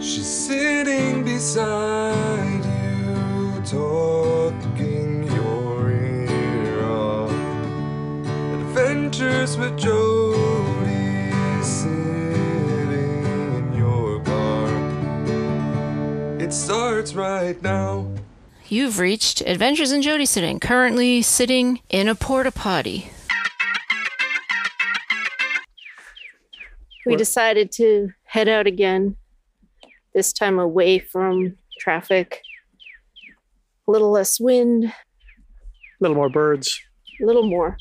She's sitting beside you, talking your ear off. Adventures with Jody, sitting in your car. It starts right now. You've reached Adventures in Jody Sitting, currently sitting in a porta potty. we decided to head out again, this time away from traffic. A little less wind, a little more birds. little more.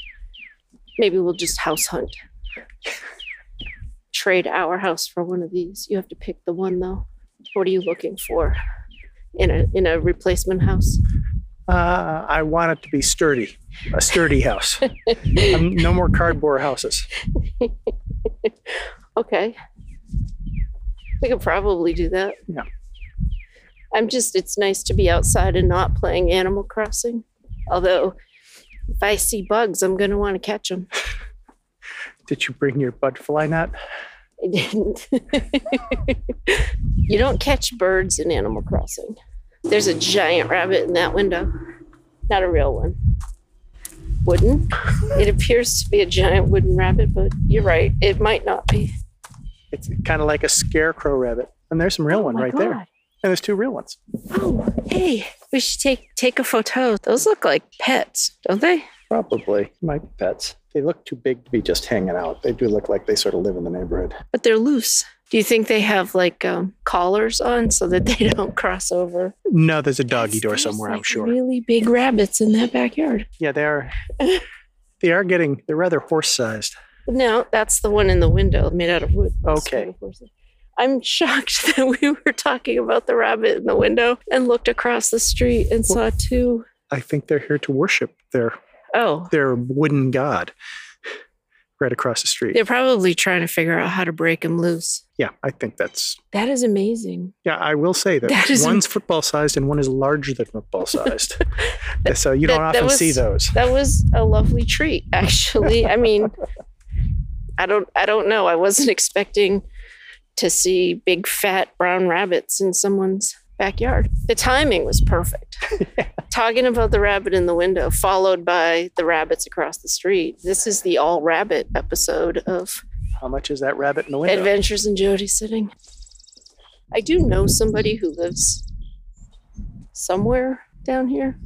Maybe we'll just house hunt. Trade our house for one of these. You have to pick the one though. What are you looking for in a in a replacement house? Uh, I want it to be sturdy, a sturdy house. um, no more cardboard houses. Okay. We could probably do that. Yeah. I'm just, it's nice to be outside and not playing Animal Crossing. Although, if I see bugs, I'm going to want to catch them. Did you bring your butterfly net? I didn't. you don't catch birds in Animal Crossing. There's a giant rabbit in that window. Not a real one. Wooden. It appears to be a giant wooden rabbit, but you're right. It might not be. It's kind of like a scarecrow rabbit. And there's some real one Oh My right God. there. And there's two real ones. Oh, hey, we should take take a photo. Those look like pets, don't they? Probably might be pets. They look too big to be just hanging out. They do look like they sort of live in the neighborhood. But they're loose. Do you think they have like um, collars on so that they don't cross over? No, there's a doggy Yes, door there's, somewhere, I'm like, sure. Really big rabbits in that backyard. Yeah, they are. they are getting. They're rather horse-sized. No, that's the one in the window made out of wood. Okay. I'm shocked that we were talking about the rabbit in the window and looked across the street and saw two I think they're here to worship their oh, their wooden god right across the street. they're probably trying to figure out how to break them loose. Yeah, I think that's. That is amazing. Yeah, I will say that, That is- one's football-sized and one is larger than football-sized. so you don't That- that often see was- those. that was a lovely treat actually i mean i don't i don't know i wasn't expecting to see big fat brown rabbits in someone's backyard the timing was perfect talking about the rabbit in the window followed by the rabbits across the street this is the all rabbit episode of How much is that rabbit in the window? adventures in jody sitting i do know somebody who lives somewhere down here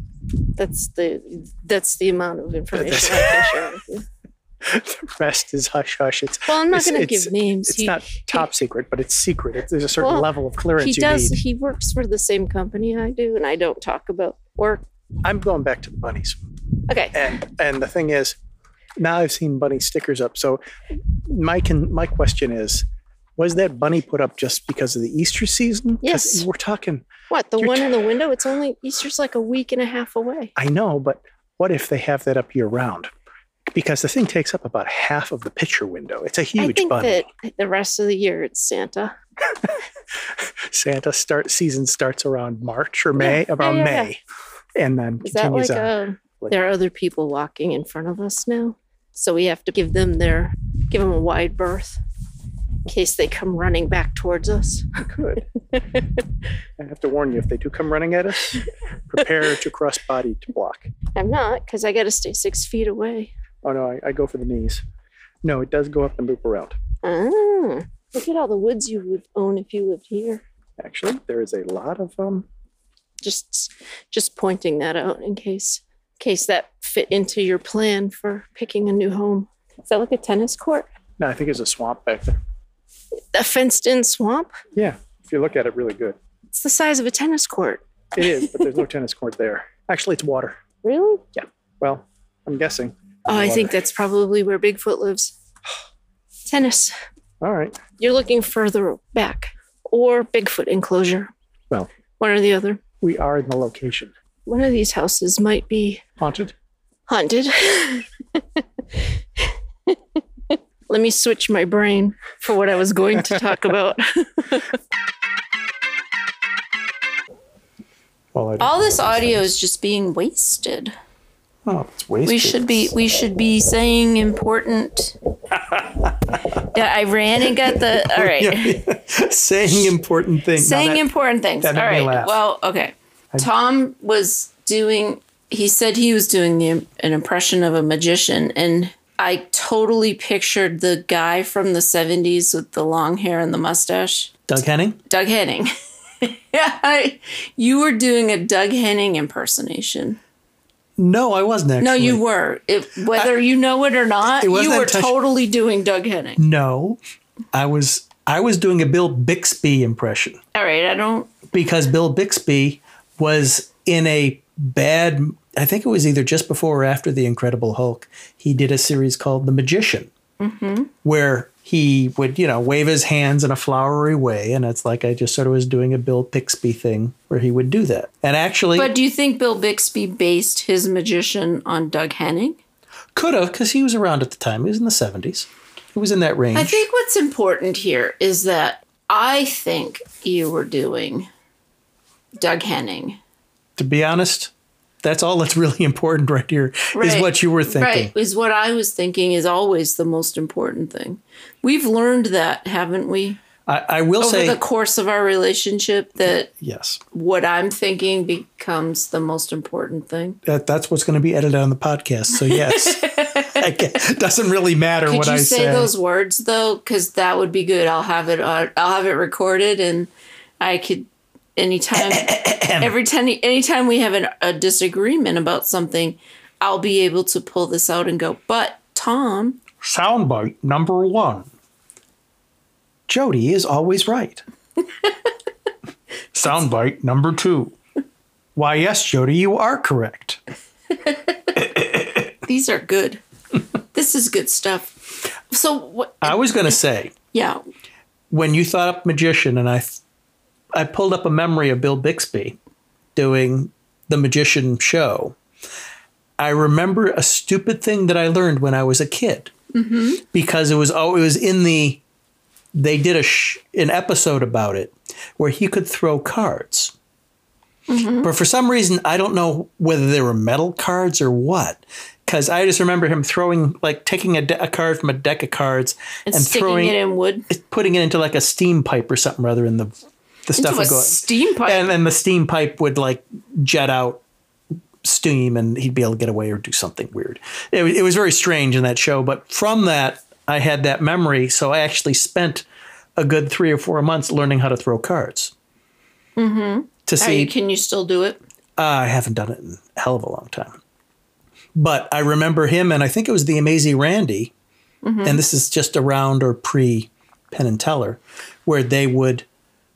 that's the that's the amount of information i can share with you the rest is hush hush. It's Well, I'm not It's- going to it's- give names. it's he, not top secret, but it's secret. It, there's a certain Well, level of clearance he you does. need. He works for the same company I do, and I don't talk about work. I'm going back to the bunnies. Okay. and and the thing is now i've seen bunny stickers up so my can my question is was that bunny put up just because of the easter season 'Cause Yes. we're talking What the You're one t- in the window? It's only Easter's like a week and a half away. i know but what if they have that up year round because the thing takes up about half of the picture window it's a I huge think bunny that the rest of the year it's Santa. santa start season starts around march or may yeah, around yeah, yeah. may and then Is that continues like on a? Like- there are other people walking in front of us now, so we have to give them their give them a wide berth in case they come running back towards us. good i have to warn you if they do come running at us prepare to cross body to block I'm not because I got to stay six feet away. oh no I, I go for the knees no it does go up and loop around Ah, look at all the woods you would own if you lived here. actually there is a lot of um just just pointing that out in case in case that fit into your plan for picking a new home is that like a tennis court no i think there's a swamp back there a fenced in swamp yeah if you look at it really good it's the size of a tennis court it is but there's no tennis court there actually it's water really well i'm guessing oh i Water. think that's probably where bigfoot lives tennis all right you're looking further back or bigfoot enclosure Well. one or the other we are in the location one of these houses might be haunted haunted let me switch my brain for what i was going to talk about well I All this audio is just being wasted. oh it's wasted We should be we should be saying important Yeah, I ran and got the. All right. Saying important things. Now Saying that- important things. that made All me right. laugh. Well, okay. Tom was doing. He said he was doing the, an impression of a magician, and I totally pictured the guy from the '70s with the long hair and the mustache, Doug Henning? Doug Henning. yeah, I, you were doing a Doug Henning impersonation. No, I wasn't actually. No, you were. It, whether you know it or not, It wasn't Mm. you were intention- totally doing Doug Henning. No, I was I was doing a Bill Bixby impression All right, I don't. because Bill Bixby was in a bad. I think it was either just before or after the Incredible Hulk. He did a series called The Magician, Mm-hmm. where he would you know wave his hands in a flowery way, and it's like I just sort of was doing a Bill Bixby thing where he would do that. And actually, But do you think Bill Bixby based his magician on Doug Henning? could have because he was around at the time. He was in the seventies. He was in that range. I think what's important here is that I think you were doing Doug Henning. to be honest, that's all that's really important right here is Right. what you were thinking. Right, is what I was thinking is always the most important thing. We've learned that, haven't we? I, I will Over say the course of our relationship, that yes. what I'm thinking becomes the most important thing. That, that's what's going to be edited on the podcast. So yes, I ca- doesn't really matter Could what you I say, say. those words though? Because that would be good. I'll have it. Uh, I'll have it recorded, and I could anytime. every time, anytime we have an, a disagreement about something, I'll be able to pull this out and go. But Tom, Soundbite number one. Jody is always right. Soundbite number two. Why yes, Jody, you are correct. these are good. this is good stuff. So what? I was going to say Yeah, when you thought up magician and I I pulled up a memory of Bill Bixby doing the magician show. I remember a stupid thing that I learned when I was a kid Mm-hmm. because it was oh it was in the they did a sh- an episode about it where he could throw cards. Mm-hmm. But for some reason, I don't know whether they were metal cards or what, because I just remember him throwing, like, taking a, de- a card from a deck of cards and sticking it in wood it's putting it into like a steam pipe or something rather than the the stuff into a would go steam pipe. and then the steam pipe would like jet out steam and he'd be able to get away or do something weird it, wa- it was very strange in that show but from that i had that memory so i actually spent a good three or four months learning how to throw cards to Mm-hmm. Are see you, can you still do it? I haven't done it in a hell of a long time. But I remember him, and I think it was the Amazing Randy, Mm-hmm. and this is just around or pre Penn and Teller, where they would,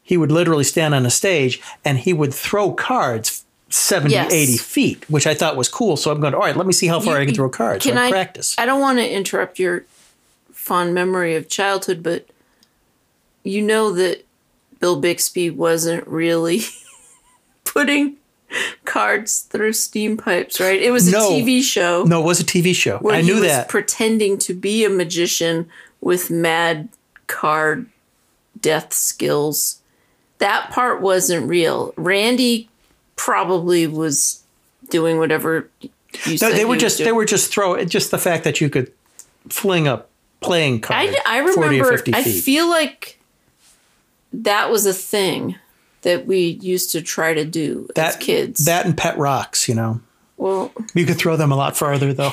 he would literally stand on a stage and he would throw cards 70, Yes. 80 feet, which I thought was cool. So I'm going, all right, let me see how far You- I can throw cards. Can so I, I practice. I don't want to interrupt your fond memory of childhood, but you know that Bill Bixby wasn't really putting cards through steam pipes, right? It was a No. TV show no, it was a TV show. where I he knew was that. pretending to be a magician with mad card death skills. That part wasn't real. Randy probably was doing whatever you no, said they he were was just, doing. they were just throw, just the fact that you could fling a playing card I, I 40 or remember. 50 feet. I feel like that was a thing that we used to try to do as kids. That and pet rocks, you know. well, You could throw them a lot farther, though.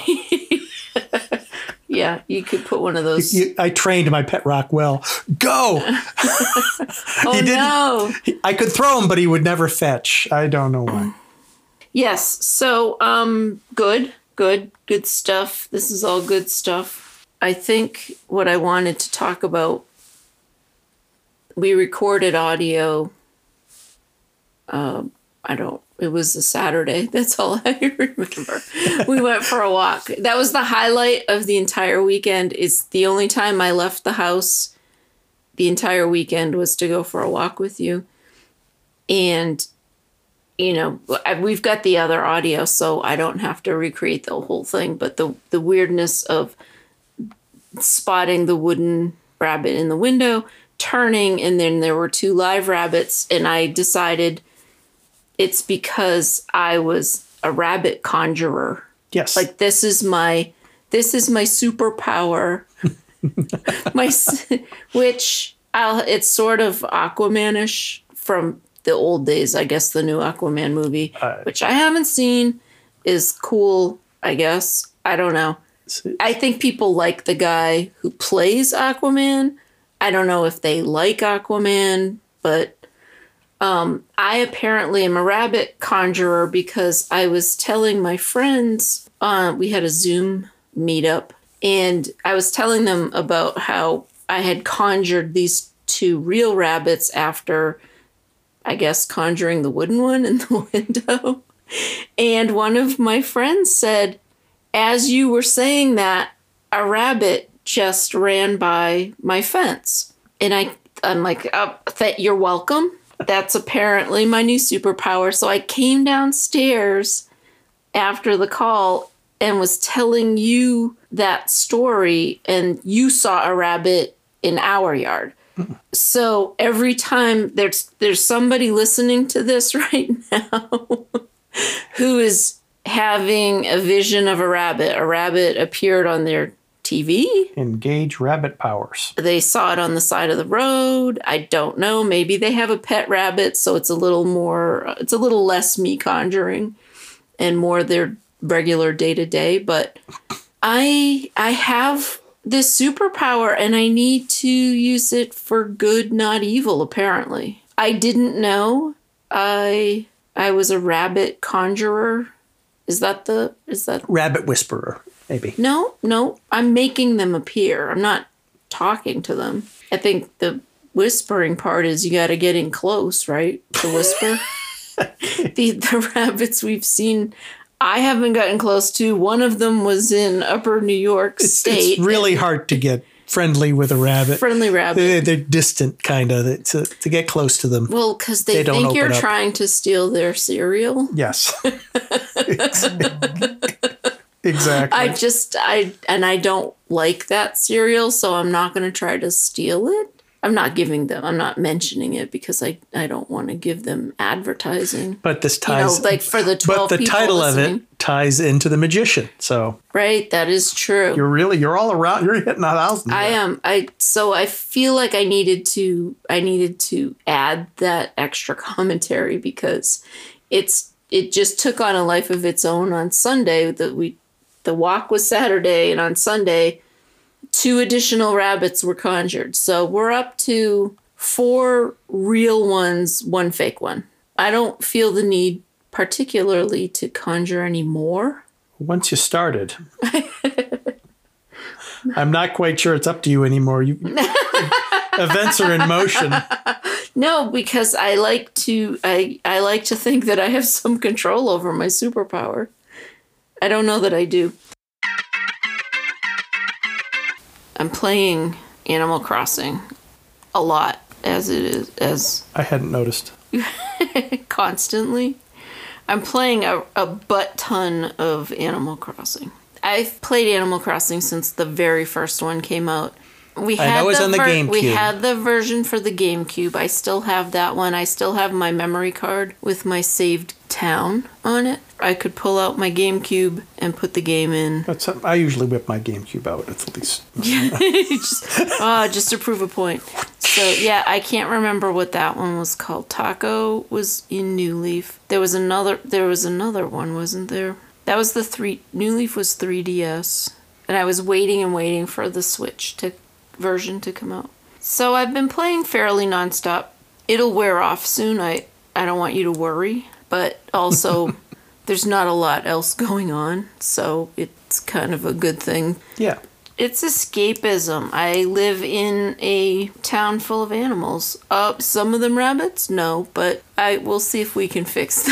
yeah, you could put one of those. You- I trained my pet rock well. Go! oh didn't- no! I could throw him, but he would never fetch. I don't know why. Yes. So, um, good, good, good stuff. This is all good stuff. I think what I wanted to talk about. We recorded audio. Um, I don't. It was a Saturday. That's all I remember. we went for a walk. That was the highlight of the entire weekend. It's the only time I left the house. The entire weekend was to go for a walk with you, and you know I- we've got the other audio so i don't have to recreate the whole thing but the the weirdness of spotting the wooden rabbit in the window turning and then there were two live rabbits and i decided it's because i was a rabbit conjurer Yes. like this is my this is my superpower my s- which I'll, it's sort of Aquamanish from the old days, I guess. The new Aquaman movie, Uh, which I haven't seen, is cool. I guess I don't know. See, I think people like the guy who plays Aquaman. I don't know if they like Aquaman, but um, I apparently am a rabbit conjurer because I was telling my friends, uh, we had a Zoom meetup, and I was telling them about how I had conjured these two real rabbits after, I guess, conjuring the wooden one in the window. And one of my friends said, as you were saying that, a rabbit just ran by my fence. And I, I'm like, oh, th- you're welcome. That's apparently my new superpower. So I came downstairs after the call and was telling you that story, and you saw a rabbit in our yard. So every time there's there's somebody listening to this right now who is having a vision of a rabbit. A rabbit appeared on their TV. engage rabbit powers. They saw it on the side of the road. I don't know. Maybe they have a pet rabbit, so it's a little more, it's a little less me conjuring and more their regular day to day. But I, I have this superpower and I need to use it for good, not evil, apparently. I didn't know I, I was a rabbit conjurer. Is that the, is that Rabbit whisperer, maybe. no, no, I'm making them appear. I'm not talking to them. I think the whispering part is you got to get in close, right? To whisper. the the rabbits we've seen, I haven't gotten close to. One of them was in Upper New York It's, State. it's really hard to get friendly with a rabbit. friendly rabbit. They- They're distant, kind of, to, to get close to them. well, because they, they don't think open you're up. trying to steal their cereal. Yes. exactly. I just I and I don't like that cereal, so I'm not going to try to steal it. I'm not giving them. I'm not mentioning it because I I don't want to give them advertising. but this You know, ties. like for the but twelve. the people title of listening. it ties into the magician. So right? That is true. you're really you're all around. You're hitting a thousand. I am. I so I feel like I needed to. I needed to add that extra commentary because it's it just took on a life of its own on Sunday. That we the walk was Saturday, and on Sunday, two additional rabbits were conjured. So we're up to four real ones, one fake one. I don't feel the need particularly to conjure any more. Once you started, I'm not quite sure it's up to you anymore. You, events are in motion. No, because I like to I I like to think that I have some control over my superpower. I don't know that I do. I'm playing Animal Crossing a lot as it is as I hadn't noticed. constantly. I'm playing a, a butt ton of Animal Crossing. I've played Animal Crossing since the very first one came out. We I had know it's on the We GameCube. had the version for the GameCube. I still have that one. I still have my memory card with my saved town on it. I could pull out my GameCube and put the game in. That's I usually whip my GameCube out at least. just, oh, just to prove a point. So yeah, I can't remember what that one was called. Taco was in New Leaf. There was another. There was another one, wasn't there? That was the three. New Leaf was 3DS, and I was waiting and waiting for the Switch to version to come out. So I've been playing fairly nonstop. It'll wear off soon. I I don't want you to worry, but also. There's not a lot else going on, so it's kind of a good thing Yeah. it's escapism. I live in a town full of animals. Uh, some of them rabbits? No, but I will see if we can fix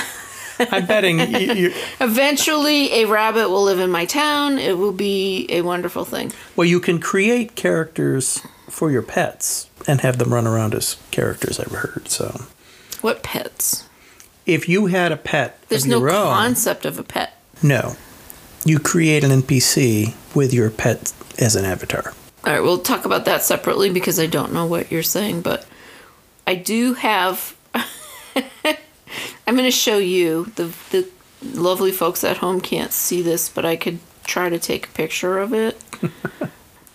that. I'm betting you, you, Eventually, a rabbit will live in my town. It will be a wonderful thing. Well, you can create characters for your pets and have them run around as characters. I've heard so. What pets? If you had a pet There's of no your own, concept of a pet. no, you create an NPC with your pet as an avatar. All right, we'll talk about that separately because I don't know what you're saying, but I do have. I'm going to show you the the lovely folks at home can't see this, but I could try to take a picture of it.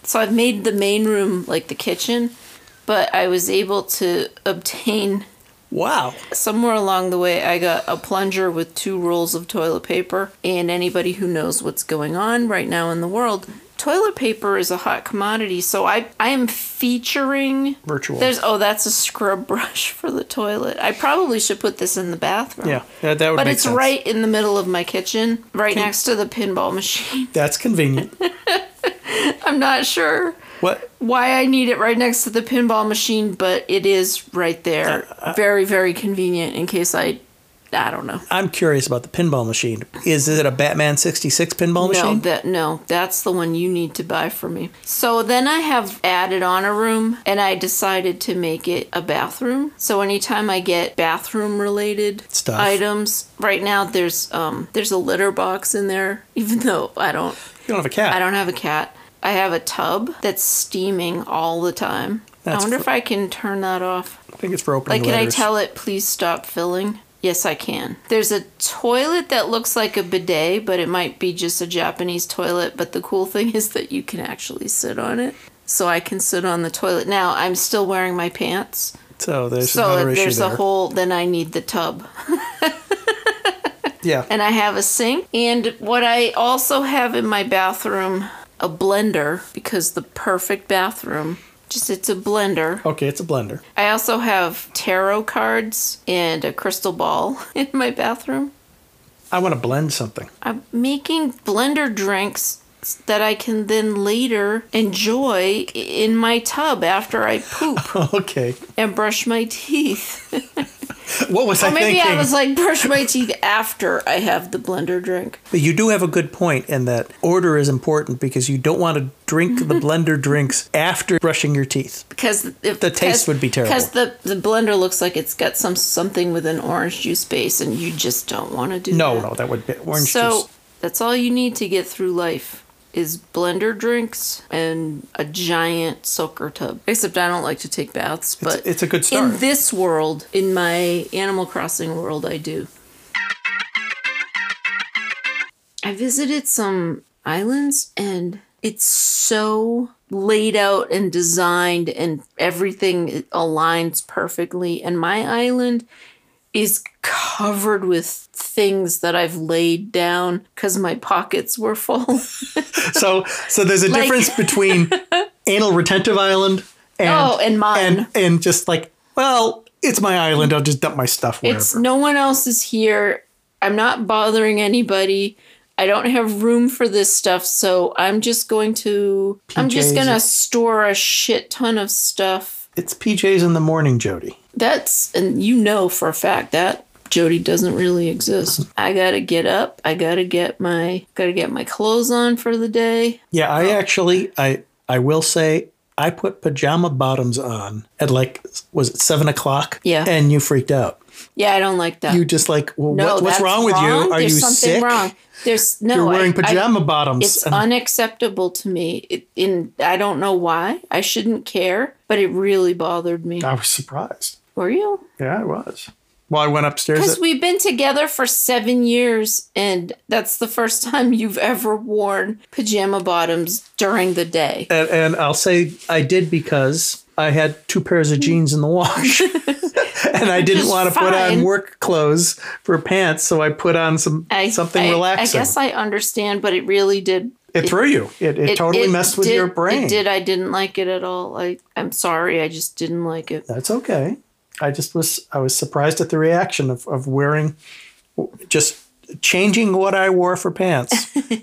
So I've made the main room like the kitchen, but I was able to obtain Wow. somewhere along the way I got a plunger with two rolls of toilet paper. And anybody who knows what's going on right now in the world, toilet paper is a hot commodity. So I I am featuring Virtual. There's oh that's a scrub brush for the toilet. I probably should put this in the bathroom. yeah, that, that would But make it's sense. right in the middle of my kitchen, right next to the pinball machine. That's convenient. I'm not sure What? why I need it right next to the pinball machine, but it is right there. very, very convenient in case I, I don't know. I'm curious about the pinball machine. Is it a Batman 66 pinball No, machine? that no, that's the one you need to buy for me. So then I have added on a room, and I decided to make it a bathroom. So anytime I get bathroom-related Stuff. items, right now there's um there's a litter box in there, even though I don't you don't have a cat. I don't have a cat. I have a tub that's steaming all the time. I That's wonder fr- if I can turn that off. I think it's for opening Like, can I letters. tell it, please stop filling? Yes, I can. There's a toilet that looks like a bidet, but it might be just a Japanese toilet. But the cool thing is that you can actually sit on it. So I can sit on the toilet. Now, I'm still wearing my pants. So there's So another if issue there's there. a hole, then I need the tub. yeah. And I have a sink. And what I also have in my bathroom, a blender, because the perfect bathroom, just it's a blender. Okay, it's a blender. I also have tarot cards and a crystal ball in my bathroom. I want to blend something. I'm making blender drinks that I can then later enjoy in my tub after I poop okay. and brush my teeth. What was I Or maybe thinking? I was like, brush my teeth after I have the blender drink. But you do have a good point in that order is important because you don't want to drink the blender drinks after brushing your teeth. because if, The taste would be terrible. Because the, the blender looks like it's got some something with an orange juice base, and you just don't want to do No, that. no, that would be orange so juice. that's all you need to get through life is blender drinks and a giant soaker tub. Except I don't like to take baths, but it's a good start. In this world, in my Animal Crossing world, I do. I visited some islands and it's so laid out and designed and everything aligns perfectly and my island is covered with things that I've laid down cuz my pockets were full. So, so there's a Like- difference between anal retentive island and Oh, and mine. and and just like well, it's my island. I'll just dump my stuff wherever. It's no one else is here. I'm not bothering anybody. I don't have room for this stuff, so I'm just going to I'm just PJs. going to store a shit ton of stuff. It's PJs in the morning, Jody. That's and you know for a fact that Jody doesn't really exist. I got to get up. I got to get my got to get my clothes on for the day. Yeah, I actually I I will say I put pajama bottoms on at like was it seven o'clock? Yeah. and you freaked out. Yeah, I don't like that. You just like well, no, what, what's that's wrong with you? Are There's you something sick? wrong. There's no You're I- wearing I- pajama bottoms. It's and unacceptable to me. It, in I don't know why. I shouldn't care, but it really bothered me. I was surprised. Were you? Yeah, I was. Well, I went upstairs. Because At, we've been together for seven years, and that's the first time you've ever worn pajama bottoms during the day. and, and I'll say I did because I had two pairs of jeans in the wash. and I didn't is want to put on fine. work clothes for pants, so I put on some I, something I- relaxing. I guess I understand, but it really did. it threw you. It, it, totally it messed with did- your brain. It did. I didn't like it at all. I, I'm sorry. I just didn't like it. That's okay. I just was I was surprised at the reaction of, of wearing just changing what I wore for pants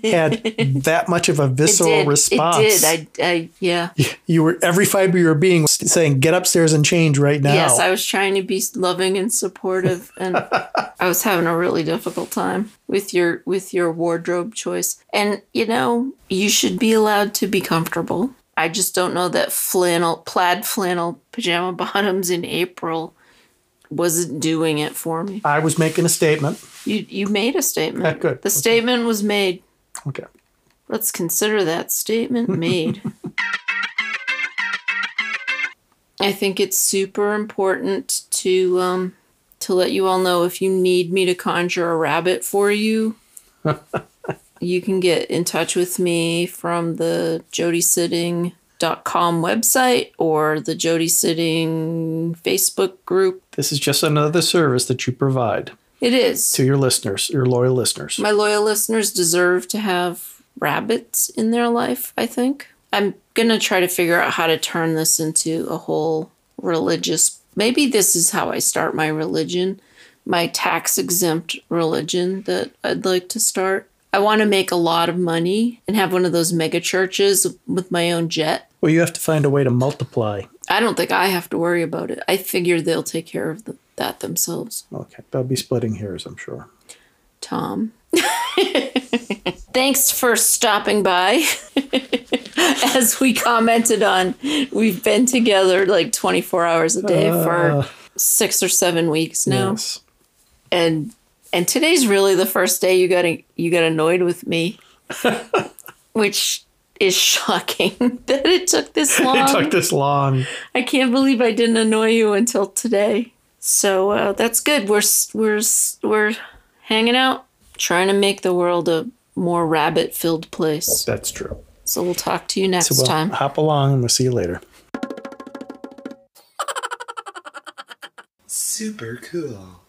had that much of a It visceral did. response. It did. I, I yeah. you were every fiber of your being was saying, "Get upstairs and change right now." Yes, I was trying to be loving and supportive, and I was having a really difficult time with your with your wardrobe choice. And you know, you should be allowed to be comfortable. I just don't know that flannel, plaid flannel pajama bottoms in April wasn't doing it for me. I was making a statement. You you made a Ah, statement. good. The statement was made. Okay. Let's consider that statement made. I think it's super important to um, to let you all know if you need me to conjure a rabbit for you. you can get in touch with me from the Jody Sitting jodysitting.com website or the Jody Sitting Facebook group. This is just another service that you provide It is. to your listeners, your loyal listeners. My loyal listeners deserve to have rabbits in their life, I think. I'm going to try to figure out how to turn this into a whole religious. Maybe this is how I start my religion, my tax exempt religion that I'd like to start. I want to make a lot of money and have one of those mega churches with my own jet. Well, you have to find a way to multiply. I don't think I have to worry about it. I figure they'll take care of the, that themselves. Okay, that'll be splitting hairs, I'm sure. Tom. Thanks for stopping by. As we commented on, we've been together like 24 hours a day for Uh, six or seven weeks now. Yes. And and today's really the first day you got you got annoyed with me, which is shocking that it took this long. It took this long. I can't believe I didn't annoy you until today. So uh, that's good. We're s- we're s- we're hanging out, trying to make the world a more rabbit-filled place. That's true. So we'll talk to you next So we'll time. hop along and we'll see you later. Super cool.